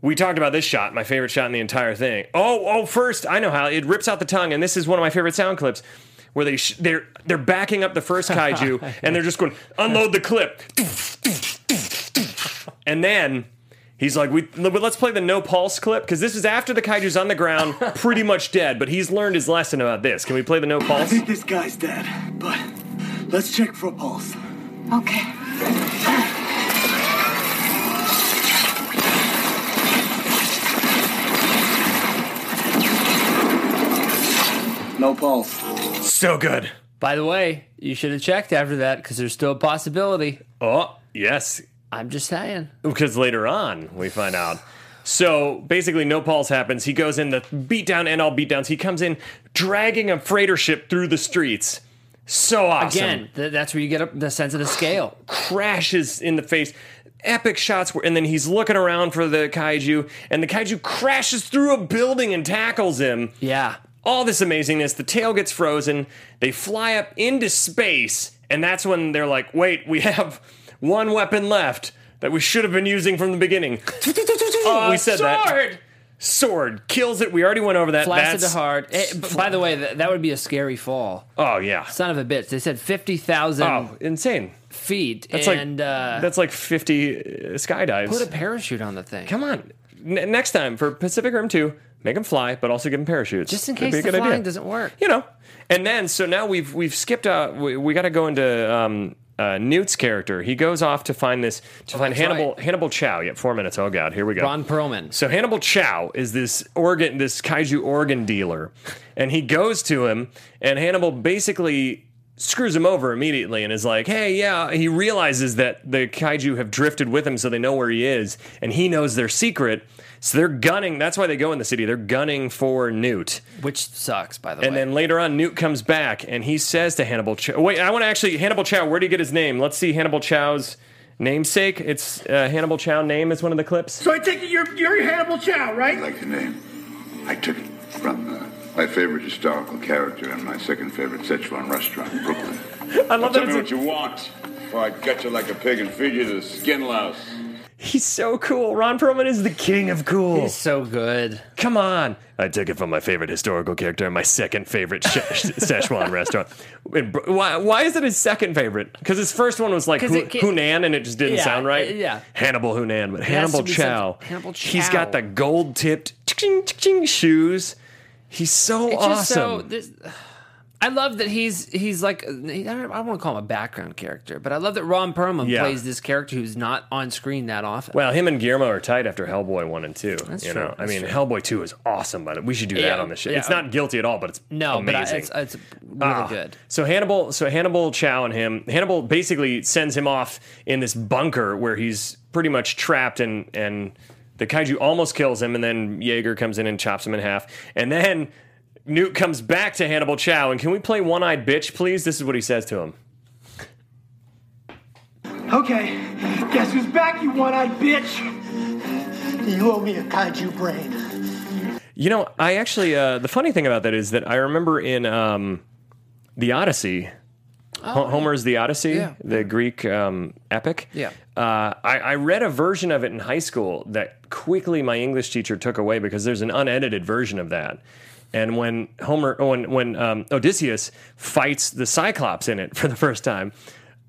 we talked about this shot, my favorite shot in the entire thing. Oh, oh, first, I know how it rips out the tongue, and this is one of my favorite sound clips. Where they sh- they're they're backing up the first kaiju and they're just going unload the clip, and then he's like, "We but let's play the no pulse clip because this is after the kaiju's on the ground, pretty much dead, but he's learned his lesson about this. Can we play the no
I
pulse?
think this guy's dead, but let's check for a pulse.
Okay.
No pulse.
so good.
By the way, you should have checked after that because there's still a possibility.
Oh yes,
I'm just saying.
because later on we find out So basically, no pulse happens. He goes in the beatdown and all beatdowns. He comes in dragging a freighter ship through the streets. So awesome.
Again, th- that's where you get a, the sense of the scale.
crashes in the face. Epic shots were, and then he's looking around for the kaiju, and the kaiju crashes through a building and tackles him.
Yeah.
All this amazingness. The tail gets frozen. They fly up into space, and that's when they're like, "Wait, we have one weapon left that we should have been using from the beginning." Oh, we said that
Sword!
sword kills it. We already went over that.
Blasted
That's-
to hard. Eh, b- by the way, th- that would be a scary fall.
Oh yeah.
Son of a bitch. They said 50,000
Oh, insane.
feet
That's
and
like
uh,
that's like fifty uh, skydives.
put a parachute on the thing.
Come on. N- next time for Pacific Rim 2, make them fly, but also give them parachutes.
Just in
That'd
case
be a
the
good
flying
idea.
doesn't work.
You know. And then, so now we've we've skipped out. We, we got to go into um, uh, Newt's character. He goes off to find this, to find
Oh, that's
Hannibal,
right.
Hannibal Chow. Yeah, four minutes. Oh, God. Here we go.
Ron Perlman.
So Hannibal Chow is this organ, this kaiju organ dealer, and he goes to him, and Hannibal basically screws him over immediately and is like, "Hey, yeah." He realizes that the kaiju have drifted with him, so they know where he is, and he knows their secret. So they're gunning. That's why they go in the city. They're gunning for Newt.
Which sucks, by the
And
way.
then later on, Newt comes back and he says to Hannibal Chow, wait, I want to actually, Hannibal Chow, where do you get his name? Let's see Hannibal Chow's namesake. It's uh, Hannibal Chow name is one of the clips.
So I take it you're, you're Hannibal Chow,
I
right?
like the name. I took it from uh, my favorite historical character and my second favorite Szechuan restaurant, Brooklyn.
I love that
Tell me
it's a-
what you want, or I cut you like a pig and feed you to the skin louse.
He's so cool. Ron Perlman is the king of cool.
He's so good.
Come on. I took it from my favorite historical character and my second favorite Sh- Szechuan restaurant. It- why, why is it his second favorite? Because his first one was like
'Cause
Hu-
it ca-
Hunan and it just didn't
Yeah,
sound right.
uh, yeah.
Hannibal Hunan, but
has
Hannibal
to be
Chow.
something- Hannibal
He's got
Chow.
the gold tipped shoes. He's so
It's
awesome.
just so. This, I love that he's he's like I don't, I don't want to call him a background character, but I love that Ron Perlman
Yeah.
plays this character who's not on screen that often.
well, him and Guillermo are tight after Hellboy 1 and 2.
That's
you
true,
know, I
that's
mean,
true.
Hellboy 2 is awesome, but we should do that
Yeah,
on the show.
yeah.
It's not guilty at all, but it's
no,
amazing.
but I, it's, it's really
Ah,
good.
So Hannibal, so Hannibal Chow and him, Hannibal basically sends him off in this bunker where he's pretty much trapped, and and the kaiju almost kills him, and then Jaeger comes in and chops him in half, and then Newt comes back to Hannibal Chow, and can we play One Eyed Bitch, please? This is what he says to him.
Okay. Guess who's back, you one-eyed bitch? You owe me a kaiju brain.
You know, I actually uh, the funny thing about that is that I remember in um, the Odyssey, Ho- Homer's The Odyssey,
Oh, Yeah.
the Greek um, epic.
Yeah.
uh, I, I read a version of it in high school that quickly my English teacher took away because there's an unedited version of that. And when Homer, when when um, Odysseus fights the Cyclops in it for the first time,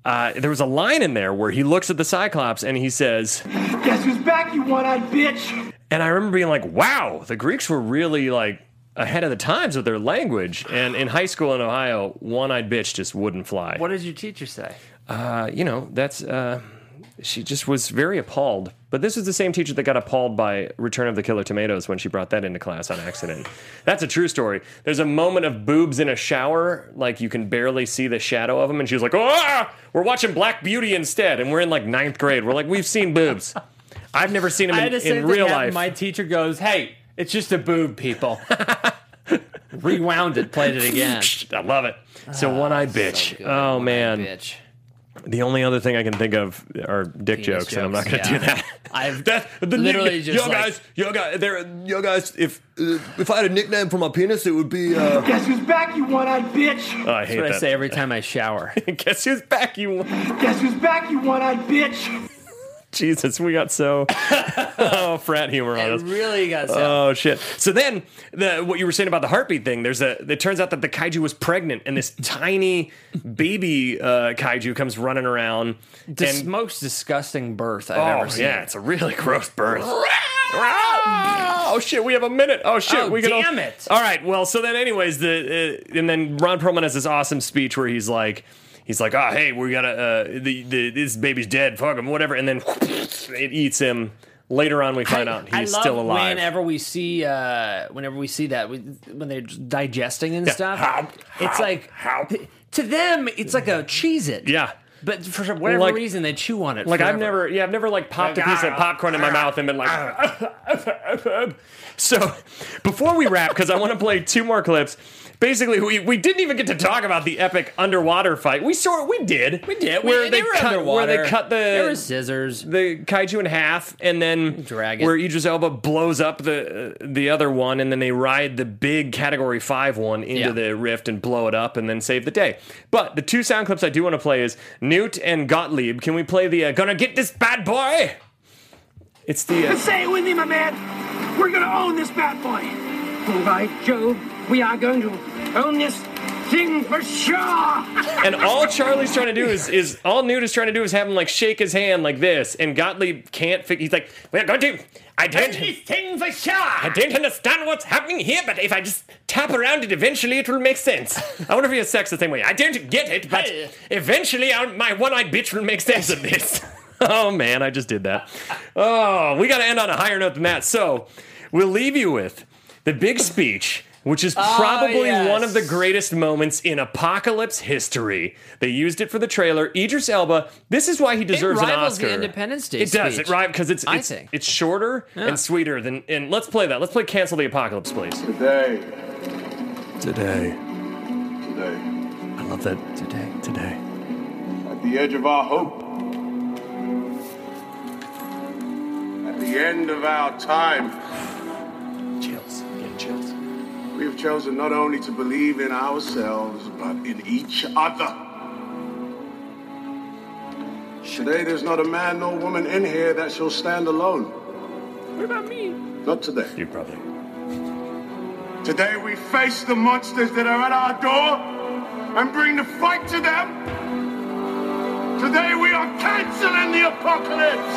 uh, there was a line in there where he looks at the Cyclops and he says.
Guess who's back, you one-eyed bitch?
And I remember being like, wow, the Greeks were really like ahead of the times with their language. And in high school in Ohio, one eyed bitch just wouldn't fly.
What did your teacher say?
Uh, you know, that's, uh, she just was very appalled. But this was the same teacher that got appalled by Return of the Killer Tomatoes when she brought that into class on accident. That's a true story. There's a moment of boobs in a shower, like you can barely see the shadow of them. And she was like, ah, we're watching Black Beauty instead. And we're in like ninth grade. We're like, we've seen boobs. I've never seen them in, in real life.
My teacher goes, "Hey, it's just a boob, people." Rewound it, played it again.
I love it. So
Ah,
one eyed bitch. oh man.
bitch.
The only other thing I can think of are dick
Penis
jokes, and I'm not
jokes,
going to
yeah.
do that.
I've
that the nickna-
literally just
yo
like-
guys, yo guys, there, yo guys. If uh, if I had a nickname for my penis, it would be. Uh,
Guess who's back, you one-eyed bitch?
oh, I hate
That's what I
that.
say every time I shower.
Guess who's back? You
Guess who's back, you one-eyed bitch?
Jesus, we got so oh frat humor on
it
us.
really got.
Oh shit! So then, the what you were saying about the heartbeat thing? There's a. It turns out that the kaiju was pregnant, and this tiny baby uh, kaiju comes running around.
the
and
most disgusting birth I've
Oh
ever seen.
yeah, it's a really gross birth. oh shit, we have a minute. Oh shit,
Oh,
we can.
damn it.
All right, well, so then, anyways, the uh, and then Ron Perlman has this awesome speech where he's like, he's like, ah, hey, we gotta, uh, the, the this baby's dead, fuck him, whatever, and then it eats him. Later on, we find out um, he's
I love
still alive.
Whenever we see, uh, whenever we see that, we- when they're digesting and
Yeah.
stuff,
Help,
it's
help,
like
help.
to them, it's like a cheese it.
yeah.
But for some- whatever
Like-
reason, they chew on it.
Like I've
forever. Ah.
never, yeah, I've never like popped a piece of popcorn in my mouth and been like. so, before we wrap, because I want to play two more clips. Basically, we, we didn't even get to talk about the epic underwater fight. We sort we did.
We did.
Where
we,
they,
they, were
cut
underwater.
where they cut the
There were scissors.
the kaiju in half, and then
Drag it.
where Idris Elba blows up the the other one, and then they ride the big Category Five one into
Yeah.
the rift and blow it up, and then save the day. But the two sound clips I do want to play is Newt and Gottlieb. Can we play the uh, "Gonna Get This Bad Boy"? It's the uh,
Say it with me, my man. We're gonna own this bad boy. All right, Joe. We are going to own this thing for sure.
and all Charlie's trying to do is is all Newt is trying to do is have him like shake his hand like this, and Gottlieb can't figure. He's like, "We're going to." I don't.
thing for
I
sure.
don't understand what's happening here, but if I just tap around it, eventually it will make sense. I wonder if he has sex the same way. I don't get it, but eventually I, my one-eyed bitch will make sense of this. oh man, I just did that. Oh, we got to end on a higher note than that. So we'll leave you with the big speech. Which is probably
Oh, yes.
one of the greatest moments in apocalypse history. They used it for the trailer. Idris Elba. This is why he deserves an
rivals the
Oscar.
Independence Day
It does. It
speech.
right because it's
I
it's,
think.
it's shorter and sweeter than. And let's play that. Let's play "Cancel the Apocalypse," please.
Today,
Today,
today,
I love that. Today, today.
at the edge of our hope, at the end of our time,
Chills. Get chills.
we have chosen not only to believe in ourselves, but in each other. Today, there's not a man nor woman in here that shall stand alone. What about me? Not today.
You probably.
Today we face the monsters that are at our door and bring the fight to them. Today we are canceling the apocalypse.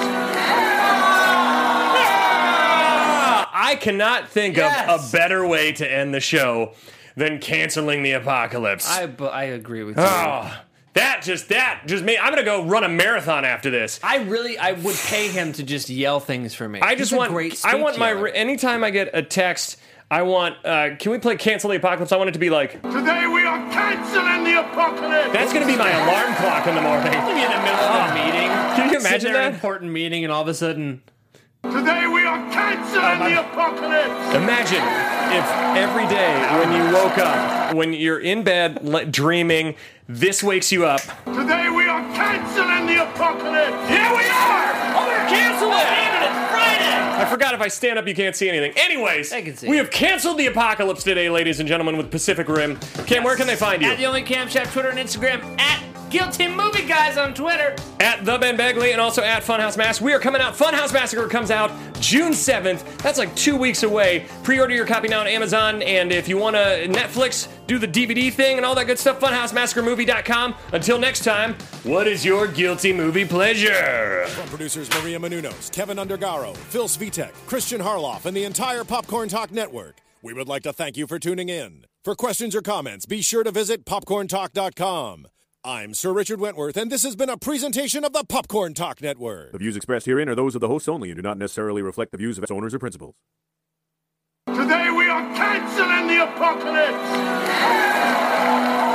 I cannot think of
Yes.
a better way to end the show than canceling the apocalypse.
I, bu- I agree with you.
oh, that just that just me. I'm gonna go run a marathon after this.
I really, I would pay him to just yell things for me.
I just
He's a
want.
Great
I want
speech
my.
yeller.
re- Anytime I get a text, I want. Uh, can we play "Cancel the Apocalypse"? I want it to be like.
Today we are canceling the apocalypse.
That's going to be my alarm clock in the morning.
be in the middle of a meeting.
Can you
Sitting
imagine
Oh. there at
that?
An important meeting, and all of a sudden,
Today we are canceling the apocalypse.
Imagine if every day when you woke up, when you're in bed le- dreaming, this wakes you up.
Today we are canceling the apocalypse. Here we are.
Oh,
Cancel it! It's Friday! I forgot if I stand up, you can't see anything. Anyways,
I can see.
we have canceled the apocalypse today, ladies and gentlemen, with Pacific Rim. Cam, where can they find you?
at the only cam shop, Twitter and Instagram at Guilty Movie Guys on Twitter.
at the Ben Begley and also at Funhouse Mass. We are coming out. Funhouse Massacre comes out June 7th. That's like two weeks away. Pre-order your copy now on Amazon. And if you want to Netflix, do the DVD thing and all that good stuff, funhousemassacremovie.com. Until next time, what is your guilty movie pleasure?
From producers Maria Menunos, Kevin Undergaro, Phil Svitek, Christian Harloff, and the entire Popcorn Talk Network, we would like to thank you for tuning in. For questions or comments, be sure to visit popcorntalk.com. I'm Sir Richard Wentworth, and this has been a presentation of the Popcorn Talk Network.
The views expressed herein are those of the hosts only and do not necessarily reflect the views of its owners or principals.
Today we are canceling the apocalypse.